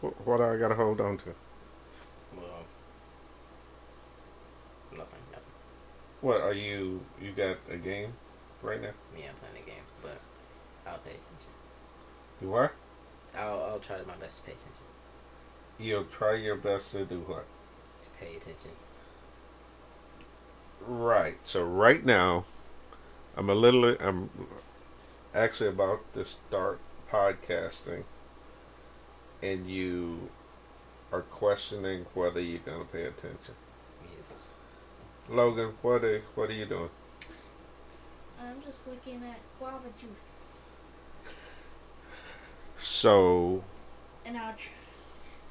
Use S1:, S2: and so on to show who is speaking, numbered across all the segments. S1: Wh- What I gotta hold on to?
S2: Well, nothing, nothing.
S1: What are you? You got a game right now?
S2: Me, I'm playing the game, but I'll pay attention.
S1: You are?
S2: I'll, I'll try my best to pay attention.
S1: You'll try your best to do what?
S2: To pay attention.
S1: Right. So right now, I'm a little. I'm actually about to start podcasting, and you are questioning whether you're gonna pay attention.
S2: Yes.
S1: Logan, what are what are you doing?
S3: I'm just looking at guava juice,
S1: So
S3: and I'll tr-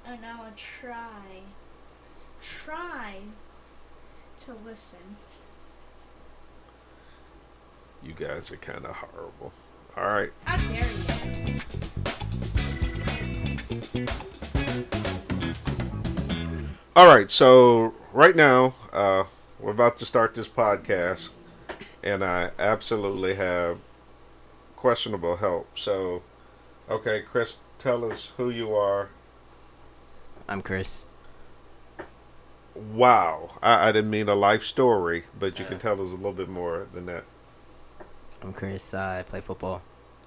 S3: and I'll try try to listen.
S1: you guys are kind of horrible. All right.
S3: How dare you?
S1: All right, so right now uh, we're about to start this podcast, and I absolutely have questionable help. So, okay, Chris, tell us who you are.
S2: I'm Chris.
S1: Wow, I, I didn't mean a life story, but you can tell us a little bit more than that.
S2: I'm Chris. I play football,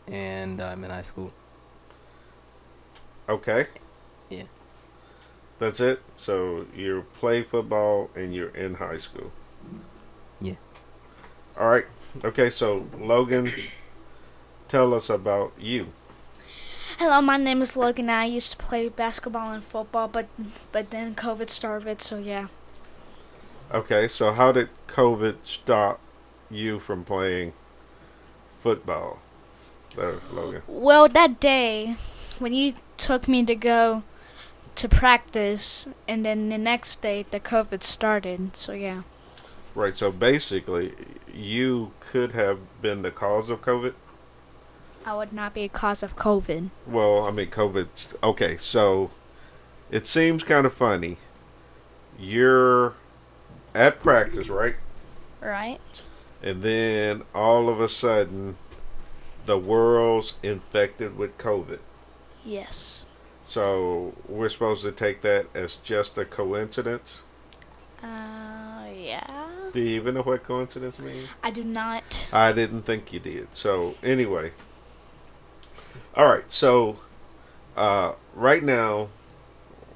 S2: and I'm in high school.
S1: Okay.
S2: Yeah.
S1: That's it. So you play football and you're in high school.
S2: Yeah.
S1: All right. Okay. So Logan, tell us about you.
S3: Hello, my name is Logan. I used to play basketball and football, but but then COVID started, so yeah.
S1: Okay, so how did COVID stop you from playing football, there, Logan?
S3: Well, that day when you took me to go to practice, and then the next day the COVID started, so yeah.
S1: Right, so basically, you could have been the cause of COVID.
S3: I would not be a cause of COVID.
S1: Well, I mean, COVID. Okay, so it seems kind of funny. You're at practice, right?
S3: Right?
S1: And then all of a sudden, the world's infected with COVID.
S3: Yes.
S1: So we're supposed to take that as just a coincidence.
S3: Uh, yeah.
S1: Do you even know what coincidence means?
S3: I do not.
S1: I didn't think you did. So anyway, all right. So uh, right now,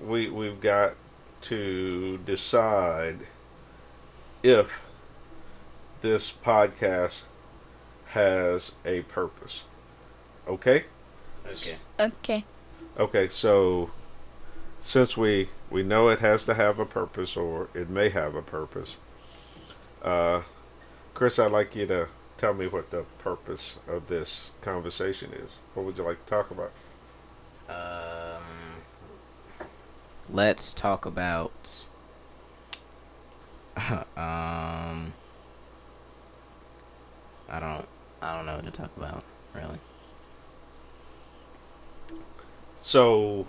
S1: we we've got to decide if this podcast has a purpose. Okay.
S2: Okay.
S3: Okay.
S1: Okay, so since we we know it has to have a purpose, or it may have a purpose, uh, Chris, I'd like you to tell me what the purpose of this conversation is. What would you like to talk about?
S2: Um, let's talk about um I don't I don't know what to talk about really.
S1: So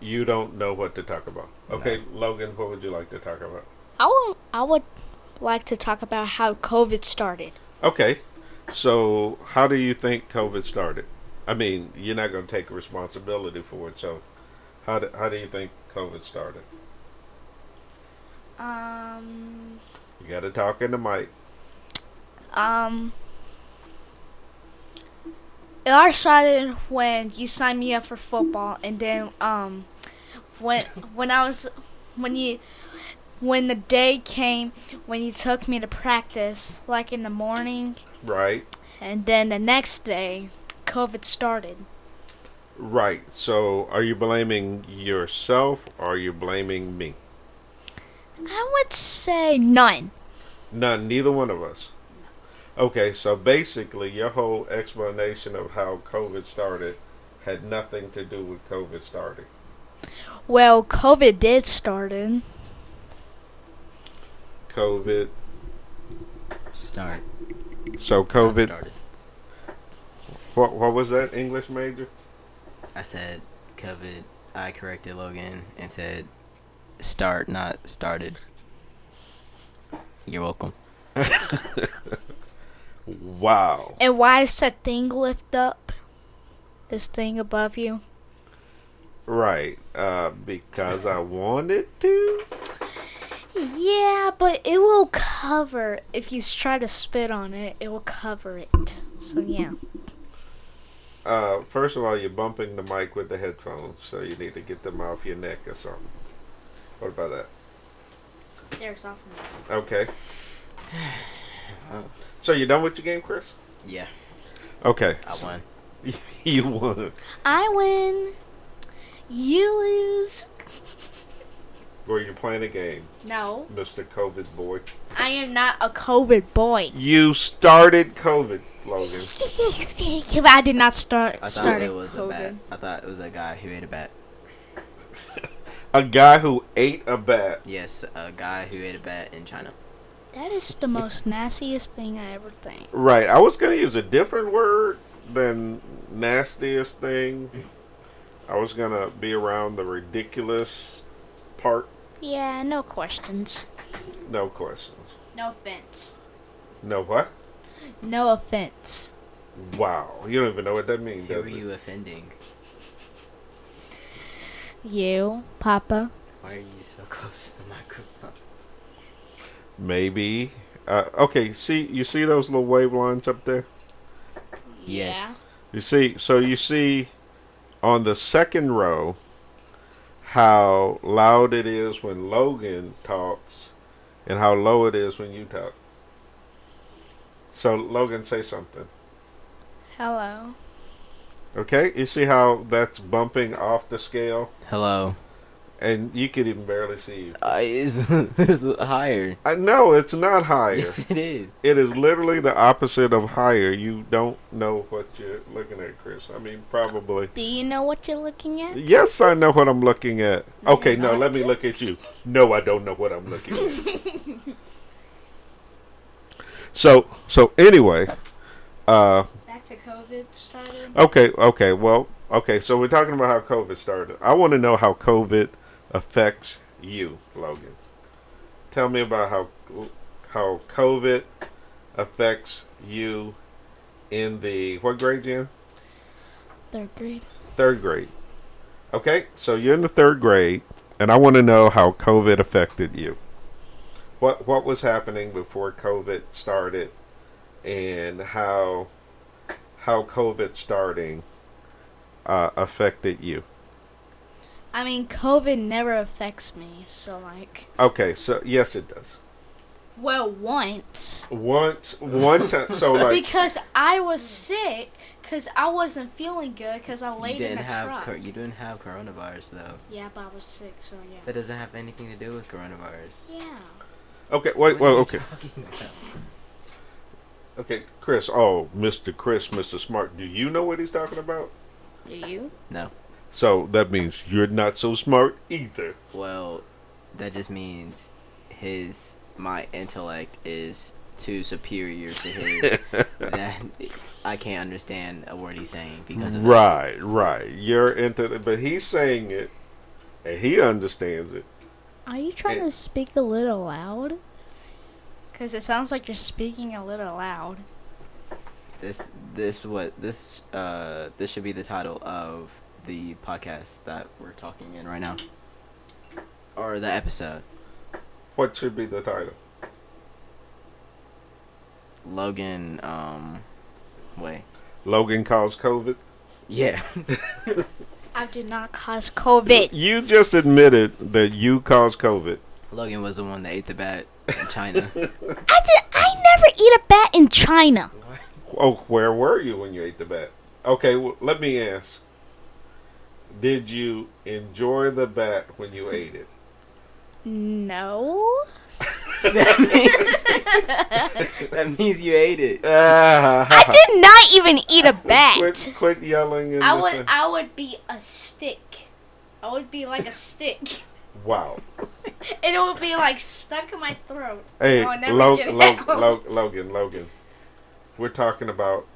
S1: you don't know what to talk about. Okay, Logan, what would you like to talk about?
S3: I would, I would like to talk about how COVID started.
S1: Okay, so how do you think COVID started? I mean, you're not going to take responsibility for it, so how do, how do you think COVID started?
S3: Um,
S1: You got to talk in the mic.
S3: um, it all started when you signed me up for football, and then um, when when I was when you when the day came when you took me to practice, like in the morning,
S1: Right,
S3: and then the next day, COVID started.
S1: right. So, are you blaming yourself or are you blaming me?
S3: I would say none.
S1: None, neither one of us. Okay, so basically, your whole explanation of how COVID started had nothing to do with COVID starting.
S3: Well, COVID did started.
S1: COVID.
S2: Start.
S1: So,
S2: I
S1: COVID.
S2: started.
S1: What, what was that, English major?
S2: I said COVID. I corrected Logan and said start not started. You're welcome.
S1: Wow.
S3: And why is that thing lift up? This thing above you?
S1: Right, uh, because I wanted to.
S3: Yeah, but it will cover if you try to spit on it. It will cover it. So yeah.
S1: Uh, first of all, you're bumping the mic with the headphones, so you need to get them off your neck or something. What about that?
S3: There's off.
S1: Okay. So you done with your game, Chris?
S2: Yeah,
S1: Okay.
S2: I won.
S1: you won.
S3: I win. You lose.
S1: Were you playing a game,
S3: No,
S1: Mr. COVID boy?
S3: I am not a COVID boy.
S1: You started COVID, Logan.
S3: I did not start.
S2: I thought
S3: started
S2: it was a
S3: COVID.
S2: bat. I thought it was a guy who ate a bat.
S1: A guy who ate a bat.
S2: Yes, a guy who ate a bat in China.
S3: That is the most nastiest thing I ever think.
S1: Right. I was going to use a different word than nastiest thing. I was going to be around the ridiculous part.
S3: Yeah, no questions.
S1: No questions.
S3: No offense.
S1: No what?
S3: No offense.
S1: Wow. You don't even know what that means,
S2: Who
S1: does
S2: are
S1: it?
S2: you offending?
S3: You, Papa.
S2: Why are you so close to the microphone?
S1: Maybe. Uh, okay, see, you see those little wave lines up there?
S2: Yes.
S1: You see, so you see on the second row how loud it is when Logan talks and how low it is when you talk. So, Logan, say something.
S3: Hello.
S1: Okay? You see how that's bumping off the scale?
S2: Hello.
S1: And you could even barely see you.
S2: Uh, is is higher?
S1: I, no, it's not higher.
S2: Yes, it is.
S1: It is literally the opposite of higher. You don't know what you're looking at, Chris. I mean, probably.
S3: Do you know what you're looking at?
S1: Yes, I know what I'm looking at.
S3: No,
S1: Okay,
S3: you're
S1: no,
S3: not.
S1: let me look at you. No, I don't know what I'm looking at. So, so anyway, uh,
S3: Back to COVID started.
S2: Uh,
S1: okay, okay, well, okay. So we're talking about how COVID started. I want to know how COVID affects you, Logan. Tell me about how how COVID affects you in the what grade, Jen?
S3: Third grade.
S1: third grade. Okay, so you're in the third grade, and I want to know how COVID affected you. What what was happening before COVID started, and how how COVID starting uh, affected you?
S3: I mean, COVID never affects me, so like.
S1: Okay, so yes, it does.
S3: Well, once.
S1: Once one time, so like
S3: Because I was sick, because I wasn't feeling good, because I laid
S2: you
S3: in
S2: didn't
S3: a
S2: have
S3: truck.
S2: cor- you didn't have coronavirus though.
S3: yeah, but I was sick, so yeah.
S2: That doesn't have anything to do with coronavirus.
S3: Yeah.
S1: okay, wait,
S2: What are
S1: well,
S2: you
S1: okay,
S2: talking about?
S1: okay, Chris. Oh, Mister Chris, Mister Smart. Do you know what he's talking about?
S3: Do you?
S2: No.
S1: So that means you're not so smart either.
S2: Well, that just means his my intellect is too superior to his that I can't understand a word he's saying because of that.
S1: Right, right. You're into the, but he's saying it, and he understands it.
S3: Are you trying to speak a little loud? Because it sounds like you're speaking a little loud.
S2: this this what this uh this should be the title of the podcast that we're talking in right now or the episode
S1: What should be the title?
S2: Logan um wait
S1: Logan caused COVID.
S2: yeah
S3: I did not cause COVID.
S1: You just admitted that you caused COVID.
S2: Logan was the one that ate the bat in China
S3: I did. I never eat a bat in China.
S2: What?
S1: Oh, where were you when you ate the bat? Okay, well, let me ask. Did you enjoy the bat when you ate it?
S3: No.
S2: that means that means you ate it
S3: I did not even eat a bat.
S1: Quit, quit yelling. In
S3: I
S1: the
S3: would.
S1: thing.
S3: I would be a stick. I would be like a stick,
S1: wow.
S3: and it would be like stuck in my throat.
S1: Hey,
S3: I would never
S1: Lo-
S3: get it
S1: Lo-
S3: out.
S1: Lo- Logan, Logan. We're talking about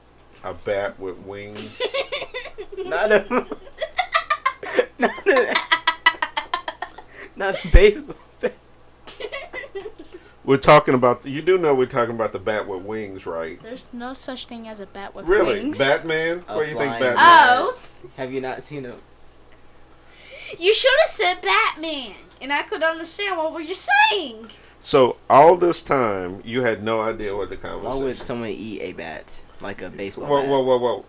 S1: a bat with wings.
S2: not a not a not a baseball bat
S1: We're talking about you do know we're talking about the bat with wings, right?
S3: There's no such thing as a bat with
S1: Really,
S3: wings.
S1: Batman?
S2: A
S1: what do you think,
S2: flying
S1: Batman?
S2: bat.
S3: Oh.
S2: have you not seen a
S3: You should have said Batman, and I could understand what were you saying.
S1: So all this time, you had no idea what the
S2: Why
S1: conversation.
S2: would someone eat a bat like a baseball
S1: Whoa,
S2: bat?
S1: whoa, whoa, whoa!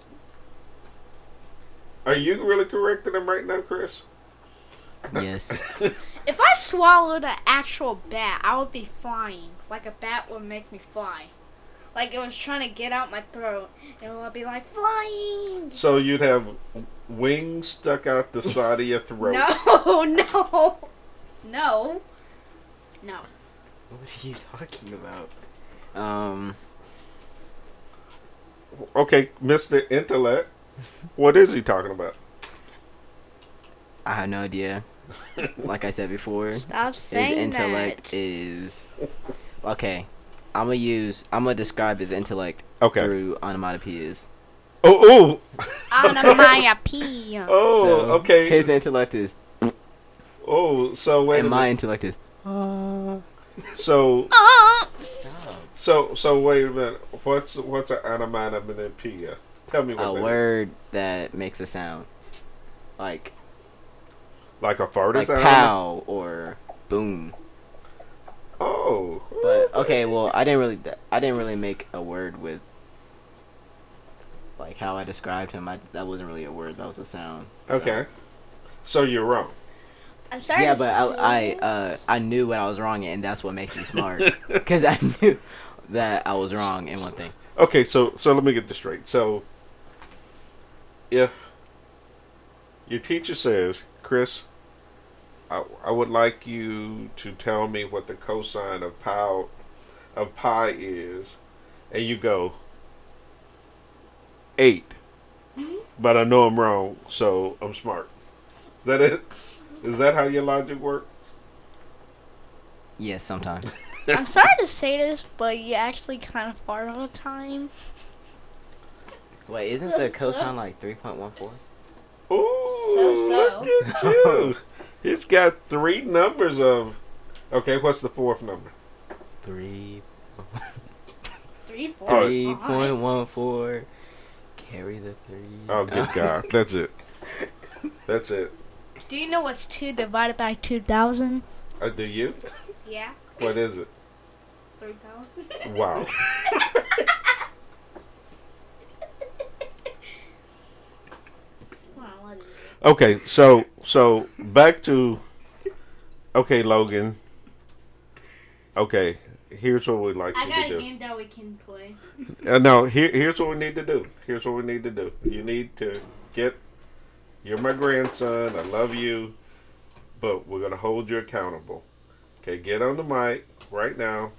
S1: Are you really correcting him right now, Chris?
S2: Yes.
S3: If I swallowed an actual bat, I would be flying. Like a bat would make me fly. Like it was trying to get out my throat, and it would be like flying.
S1: So you'd have wings stuck out the side of your throat.
S3: No, no, no, no.
S2: what are you talking about? Um,
S1: Okay, Mister Intellect, what is he talking about?
S2: I have no idea. Like I said before, his
S3: Stop saying
S2: intellect
S3: that.
S2: is okay. I'm gonna use. I'm gonna describe his intellect
S1: Okay.
S2: through onomatopoeias.
S1: Oh, oh,
S3: Onomatopoeia.
S1: oh.
S2: So,
S1: okay.
S2: His intellect is,
S1: oh, so wait. A
S2: and my
S1: minute.
S2: intellect is. Uh,
S1: So,
S3: Uh,
S1: Oh.
S2: stop.
S1: so, so wait a minute. What's what's an onomatopoeia? Tell me what
S2: A
S1: that is.
S2: word that makes a sound, like
S1: Like a fart
S2: like
S1: is an
S2: pow or boom.
S1: onom- Oh.
S2: But uh, okay, well, I didn't really, I didn't really make a word with, like how I described him. I, that wasn't really a word. That was a sound. So-
S1: Okay. So you're wrong.
S3: I'm sorry.
S2: Yeah,
S3: to
S2: but I,
S3: say-
S2: I, uh, I knew what I was wrong, in, and that's what makes me smart. Because I knew that I was wrong in one thing.
S1: Okay, so so let me get this straight. So if your teacher says, Chris, I, I would like you to tell me what the cosine of pi of pi is, and you go eight, but I know I'm wrong, so I'm smart. Is that it? Is that how your logic works?
S2: Yes, sometimes.
S3: I'm sorry to say this, but you actually kind of fart all the time.
S2: Wait, isn't the cosine like three point one four?
S1: Ooh,
S3: So-so.
S1: look at you. He's got three numbers of. Okay, what's the fourth number?
S2: Three
S3: Three, four.
S1: Oh,
S2: three point one four. Carry the three.
S1: Oh, good God. That's it. That's it.
S3: Do you know what's two divided by two thousand?
S1: Uh, do you?
S3: Yeah,
S1: What is it?
S3: three thousand.
S1: Wow. Okay, so so back to. Okay, Logan. Okay, here's what we'd like
S3: I
S1: you to
S3: got
S1: do.
S3: a game that we can play.
S1: Uh, no, here, here's what we need to do. Here's what we need to do. You need to get. You're my grandson. I love you, but we're gonna hold you accountable. Okay, get on the mic right now,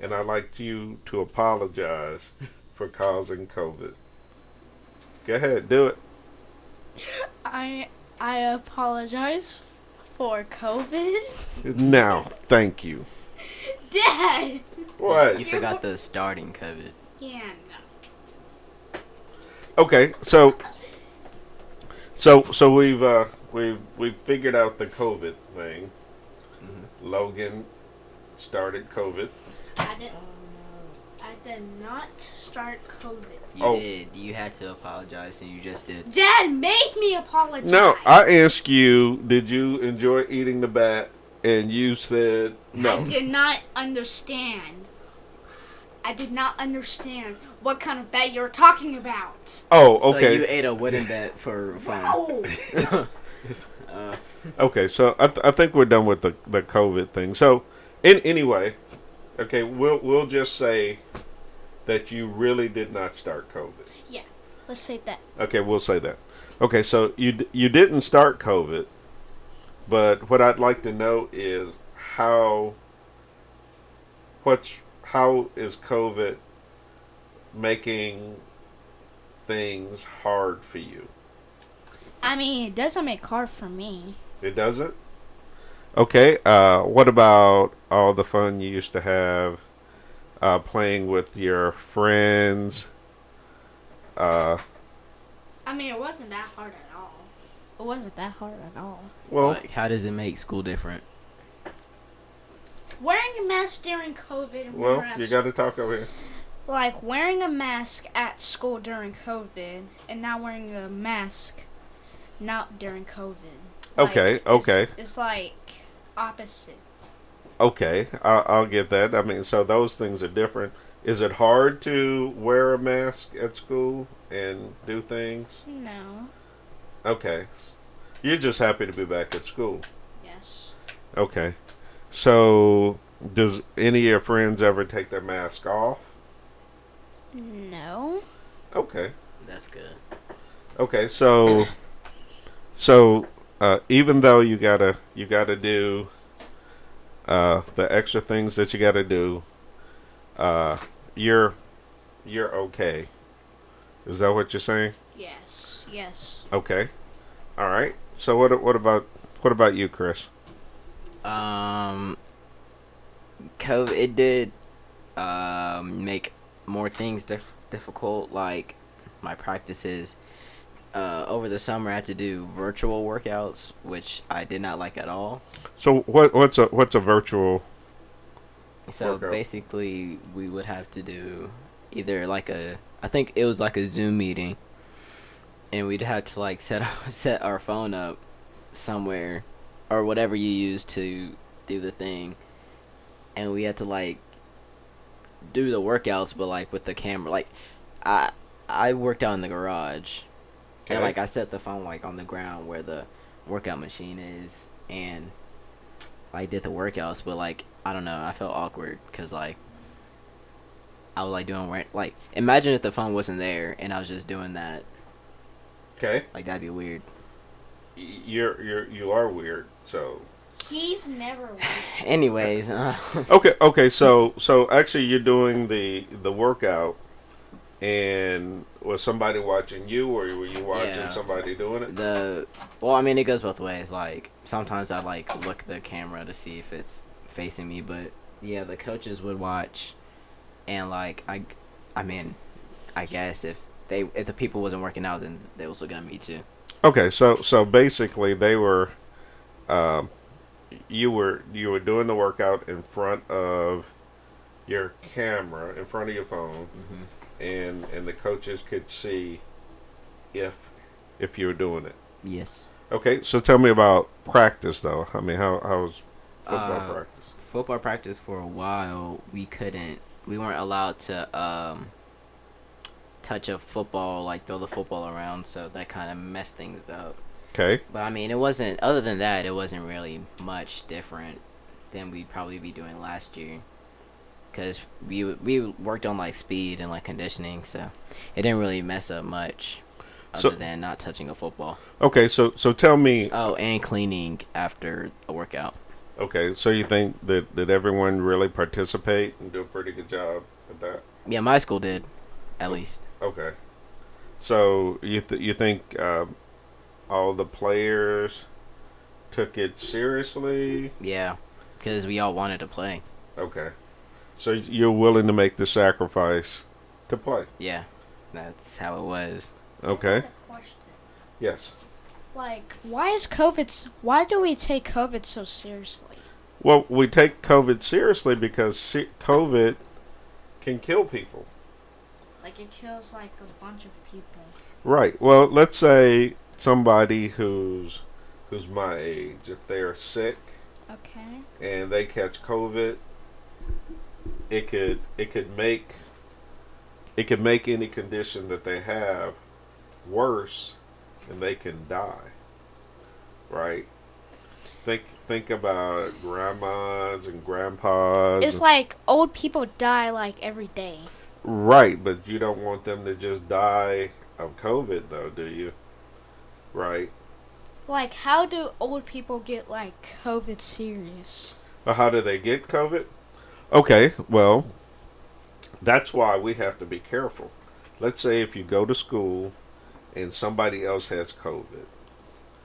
S1: and I'd like you to apologize for causing COVID. Go ahead, do it.
S3: I I apologize for COVID.
S1: Now, thank you.
S3: Dad.
S2: You
S1: What?
S2: forgot the starting COVID.
S3: Yeah.
S1: Okay, so, so, so we've uh, we've we've figured out the COVID thing.
S2: Mm-hmm.
S1: Logan started COVID.
S3: I did. I did not start COVID.
S2: You
S1: Oh.
S2: did. You had to apologize, and you just did.
S3: Dad made me apologize.
S1: No, I asked you, did you enjoy eating the bat? And you said
S3: I
S1: no.
S3: did not understand. I did not understand what kind of bet you're talking about.
S1: Oh,
S2: So you
S1: okay.
S2: ate a wooden bat for fun.
S3: Oh,
S2: uh,
S1: okay, so I, th- I think we're done with the, the COVID thing. So, in anyway, okay, we'll we'll just say that you really did not start COVID.
S3: yeah. Let's say that.
S1: Okay, we'll say that. Okay, so you d- you didn't start COVID, but what I'd like to know is how what's how is COVID making things hard for you?
S3: I mean, it doesn't make hard for me.
S1: It doesn't. Okay. Uh, what about all the fun you used to have uh, playing with your friends? Uh,
S3: I mean, it wasn't that hard at all. It wasn't that hard at all.
S1: well,
S2: like, how does it make school different?
S3: Wearing a mask during COVID. and
S1: well,
S3: wearing a-
S1: you got to talk over here.
S3: like wearing a mask at school during COVID and not wearing a mask not during COVID.
S1: Okay,
S3: Like, it's-
S1: okay.
S3: It's, like opposite.
S1: Okay, I, I'll get that. I mean, so those things are different. Is it hard to wear a mask at school and do things?
S3: No.
S1: Okay, you're just happy to be back at school.
S3: Yes.
S1: Okay, so does any of your friends ever take their mask off?
S3: No.
S1: Okay,
S2: That's good.
S1: okay, so so uh, even though you gotta you gotta do uh, the extra things that you gotta do, uh, you're you're okay. Is that what you're saying?
S3: Yes. Yes.
S1: Okay. All right. So what what about what about you, Chris?
S2: Um, COVID it did um make more things dif- difficult, like my practices. Uh, over the summer, I had to do virtual workouts, which I did not like at all.
S1: So what what's a what's a virtual?
S2: So
S1: Workout.
S2: basically, we would have to do either like a I think it was like a Zoom meeting, and we'd have to like set our, set our phone up somewhere or whatever you use to do the thing, and we had to like do the workouts, but like with the camera. Like I I worked out in the garage, and
S1: Okay.
S2: like I set the phone like on the ground where the workout machine is, and like did the workouts, but like I don't know, I felt awkward because like I was like doing work. Like imagine if the phone wasn't there and I was just doing that.
S1: Okay.
S2: Like that'd be weird.
S1: Y- You're you're you are weird. So
S3: He's never.
S2: Anyways, uh,
S1: okay okay. So so actually, you're doing the the workout, and was somebody watching you, or were you watching
S2: Yeah.
S1: somebody doing it?
S2: the well, I mean it goes both ways. Like sometimes I like look at the camera to see if it's facing me, but yeah, the coaches would watch, and like I, I mean, I guess if they if the people wasn't working out, then they was looking at me too.
S1: Okay. So so basically, they were, um, you were you were doing the workout in front of your camera, in front of your phone.
S2: Mm-hmm.
S1: and and the coaches could see if if you were doing it.
S2: Yes.
S1: Okay, so tell me about practice though. I mean, how how was football
S2: Uh,
S1: practice?
S2: football practice for a while we couldn't we weren't allowed to um touch a football like throw the football around so that kind of messed things up
S1: Okay,
S2: but i mean it wasn't other than that it wasn't really much different than we'd probably be doing last year because we w- we worked on like speed and like conditioning so it didn't really mess up much
S1: So-
S2: other than not touching a football
S1: okay. So so tell me.
S2: oh and cleaning after a workout
S1: Okay, so you think that that everyone really participate and do a pretty good job at that?
S2: yeah my school did at least
S1: Okay, so you th- you think um, all the players took it seriously?
S2: Yeah, because we all wanted to play.
S1: Okay, so you're willing to make the sacrifice to play?
S2: Yeah, that's how it was.
S1: Okay,
S3: Question.
S1: yes.
S3: Like, why is COVID? s- Why do we take COVID so seriously?
S1: Well, we take COVID seriously because se- COVID can kill people.
S3: Like, it kills like a bunch of people.
S1: Right. Well, let's say somebody who's who's my age, if they're sick
S3: Okay.
S1: and they catch COVID, it could it could make it could make any condition that they have worse and they can die. Right? Think think about grandmas and grandpas.
S3: It's
S1: and-
S3: like old people die like every day.
S1: Right, but you don't want them to just die of COVID, though, do you? Right.
S3: Like, how do old people get like COVID serious?
S1: But how do they get COVID? Okay, well, that's why we have to be careful. Let's say if you go to school and somebody else has COVID,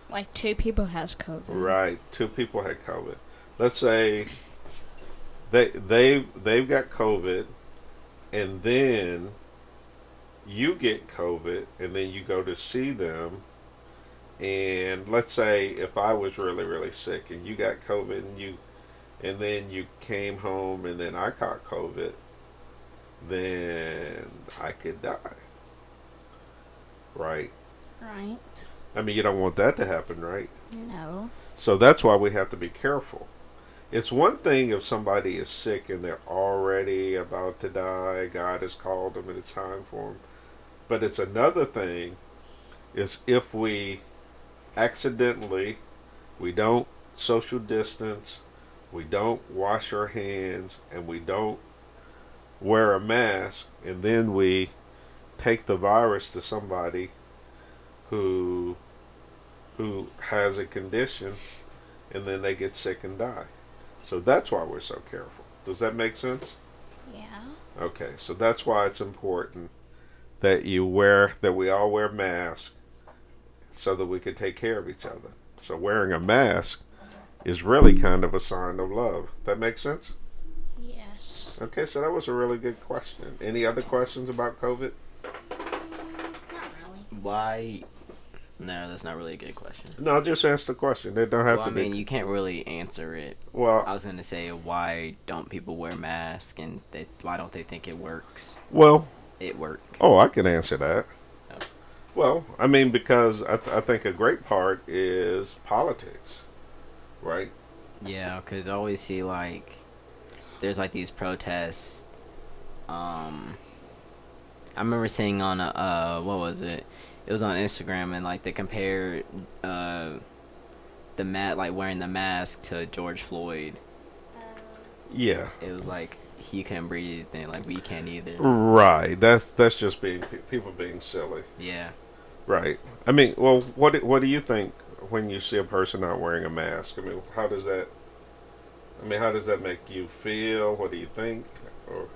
S3: Like, two people has COVID.
S1: right? Two people had COVID. Let's say they they they've got COVID, and then you get COVID, and then you go to see them. And let's say if I was really really sick and you got COVID and you, and then you came home and then I caught COVID, then I could die. Right.
S3: Right.
S1: I mean, you don't want that to happen, right?
S3: No.
S1: So that's why we have to be careful. It's one thing if somebody is sick and they're already about to die, God has called them and it's time for them. But it's another thing is if we accidentally, we don't social distance, we don't wash our hands, and we don't wear a mask, and then we take the virus to somebody who who has a condition and then they get sick and die. So that's why we're so careful. Does that make sense?
S3: Yeah.
S1: Okay, so that's why it's important that you wear that we all wear masks so that we can take care of each other. So wearing a mask is really kind of a sign of love. That makes sense?
S3: Yes.
S1: Okay, so that was a really good question. Any other questions about COVID?
S3: Not really.
S2: Why? No, that's not really a good question.
S1: No, just answer the question. They don't have
S2: Well, I
S1: to
S2: mean,
S1: be
S2: you can't really answer it. I
S1: well
S2: was gonna say, why don't people wear masks, and they, why don't they think it works?
S1: well
S2: It work.
S1: Oh, I can answer that.
S2: Oh.
S1: Well, I mean, because I, th- I think a great part is politics, right?
S2: Yeah, because I always see like there's like these protests. Um, I remember seeing on a uh, what was it? It was on Instagram, and like they compare uh, the mat like wearing the mask to George Floyd.
S1: Yeah,
S2: It was like he couldn't breathe, and like we can't either.
S1: right. That's that's just being pe- people being silly,
S2: Yeah,
S1: right? I mean, well, what do- what do you think when you see a person not wearing a mask? I mean, how does that? I mean, how does that make you feel? What do you think? Or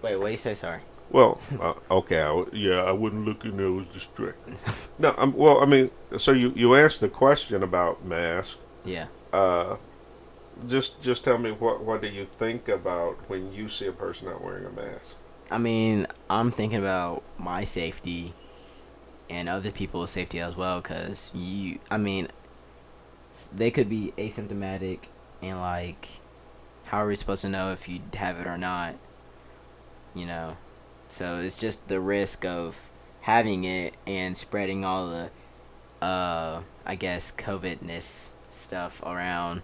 S2: Wait, what you say? Sorry.
S1: Well, uh, okay, I w yeah, I wouldn't look in there. It was distracting. no, i well, I mean, so you you asked the question about masks.
S2: Yeah.
S1: Uh, just just tell me what what do you think about when you see a person not wearing a mask?
S2: I mean, I'm thinking about my safety and other people's safety as well, because you, I mean, s- they could be asymptomatic, and like, how are we supposed to know if you have it or not? You know? So it's just the risk of having it and spreading all the, uh, I guess, COVIDness stuff around.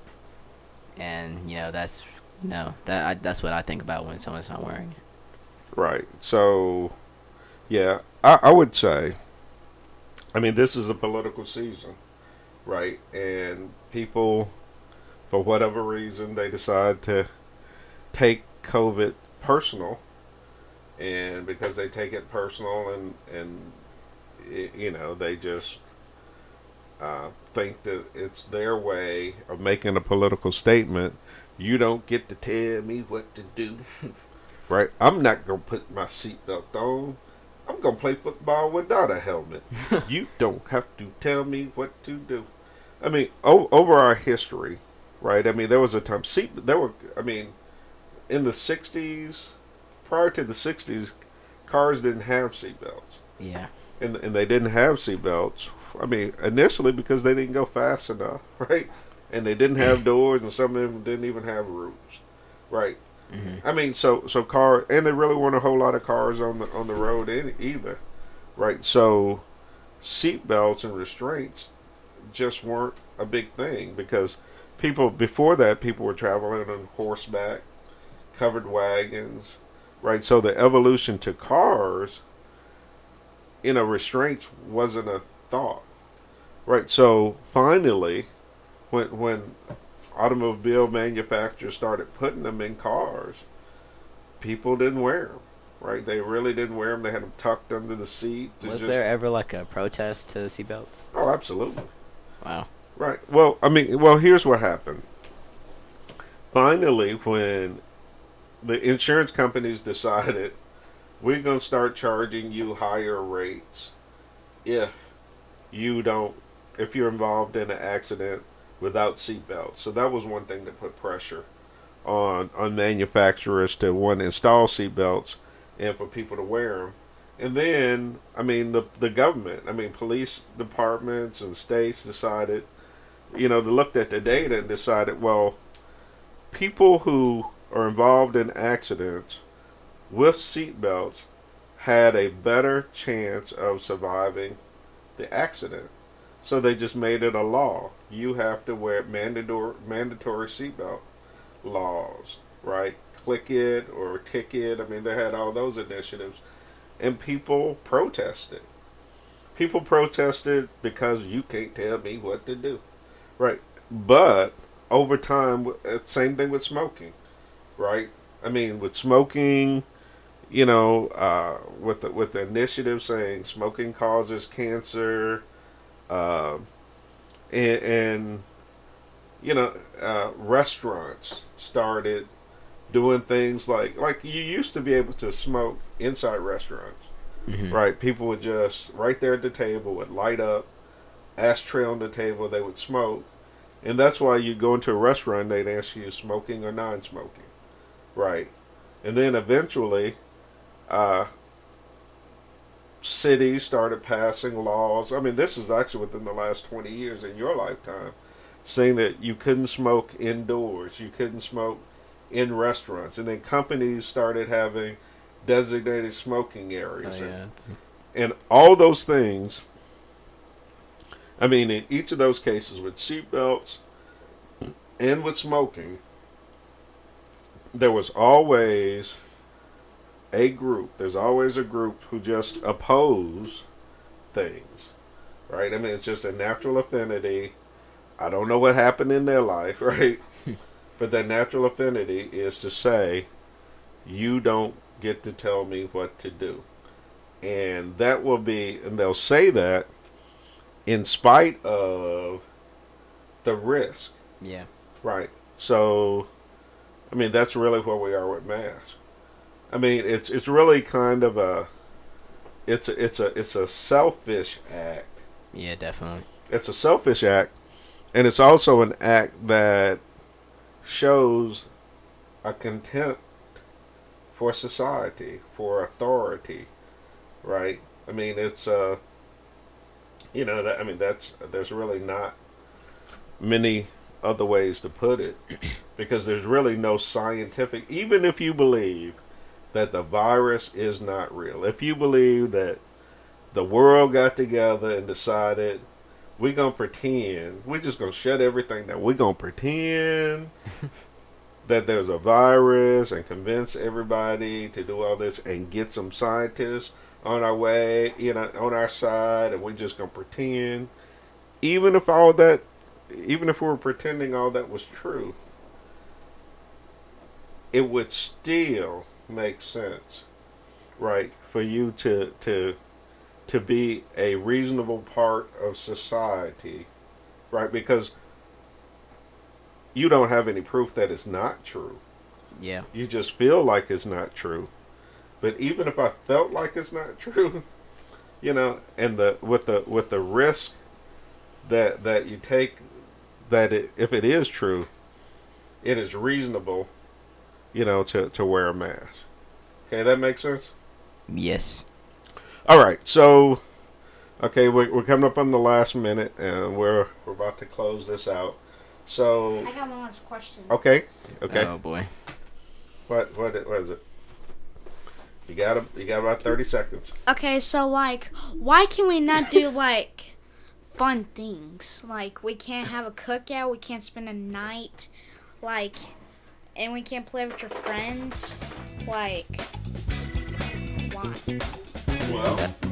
S2: And, you know, that's, you know, that, I, that's what I think about when someone's not wearing it.
S1: Right. So, yeah, I, I would say. I mean, this is a political season, right? And people, for whatever reason, they decide to take COVID personal, and because they take it personal, and and y- you know, they just uh, think that it's their way of making a political statement. You don't get to tell me what to do right? I'm not gonna put my seatbelt on. I'm gonna play football without a helmet. you don't have to tell me what to do. I mean, o- over our history, right? I mean, there was a time seat. There were, I mean, in the '60s, prior to the '60s, cars didn't have seatbelts,
S2: Yeah.
S1: and and they didn't have seatbelts. I mean, initially because they didn't go fast enough, right? And they didn't have doors, and some of them didn't even have roofs, right?
S2: Mm-hmm.
S1: I mean, so so car, and there really weren't a whole lot of cars on the on the road any, either, right? So seatbelts and restraints just weren't a big thing because people before that people were traveling on horseback, covered wagons, right? So the evolution to cars, you know, restraints wasn't a thought, right? So finally, when when automobile manufacturers started putting them in cars, people didn't wear them, right? They really didn't wear them. They had them tucked under the seat. to
S2: Was
S1: just-
S2: there ever like a protest to seatbelts?
S1: Oh, absolutely.
S2: Wow.
S1: Right. Well, I mean, well, here's what happened. Finally, when the insurance companies decided we're going to start charging you higher rates if you don't, if you're involved in an accident without seatbelts. So that was one thing that put pressure on on manufacturers to one install seatbelts and for people to wear them. And then, I mean, the the government, I mean, police departments and states decided, you know, they looked at the data and decided, well, people who are involved in accidents with seatbelts had a better chance of surviving the accident. So they just made it a law. You have to wear mandatory mandatory seatbelt laws, right? Click it or ticket. I mean, they had all those initiatives, and people protested. People protested because you can't tell me what to do, right? But over time, uh, same thing with smoking, right? I mean, with smoking, you know, uh, with the, with the initiative saying smoking causes cancer, uh, and, and you know, uh, restaurants started doing things like like you used to be able to smoke inside restaurants,
S2: Mhm.
S1: right? People would just right there at the table would light up, ashtray on the table, they would smoke, and that's why you go into a restaurant, they'd ask you smoking or non-smoking, right? And then eventually, uh, cities started passing laws. I mean, this is actually within the last 20 years in your lifetime, saying that you couldn't smoke indoors, you couldn't smoke in restaurants. And then companies started having designated smoking
S2: Oh,
S1: areas.
S2: yeah.
S1: And all those things, I mean, in each of those cases with seatbelts and with smoking, there was always a group. There's always a group who just oppose things, right? I mean, it's just a natural affinity. I don't know what happened in their life, right? but that natural affinity is to say, you don't get to tell me what to do and that will be and they'll say that in spite of the risk
S2: Yeah.
S1: right so i mean that's really where we are with masks i mean it's it's really kind of a it's a, it's a it's a selfish act
S2: Yeah, definitely.
S1: it's a selfish act and it's also an act that shows a contempt for society for authority right i mean it's uh you know that i mean that's there's really not many other ways to put it because there's really no scientific even if you believe that the virus is not real if you believe that the world got together and decided we're gonna pretend we're just gonna shut everything down we're gonna pretend that there's a virus and convince everybody to do all this and get some scientists on our way you know on our side and we're just gonna pretend even if all that even if we were pretending all that was true it would still make sense right for you to to to be a reasonable part of society, right? Because you don't have any proof that it's not true.
S2: Yeah.
S1: You just feel like it's not true. But even if I felt like it's not true, you know, and the with the with the risk that that you take that it, if it is true, it is reasonable, you know, to to wear a mask. Okay, that makes sense.
S2: Yes.
S1: All right, so okay, we're, we're coming up on the last minute, and we're we're about to close this out. So
S3: I got one last question.
S1: okay, okay,
S2: Oh boy.
S1: what what it- what is it? You got a, you got about thirty seconds.
S3: Okay, so like, why can we not do like fun things? Like, we can't have a cookout, we can't spend a night, like, and we can't play with your friends. Like, why?
S1: Well,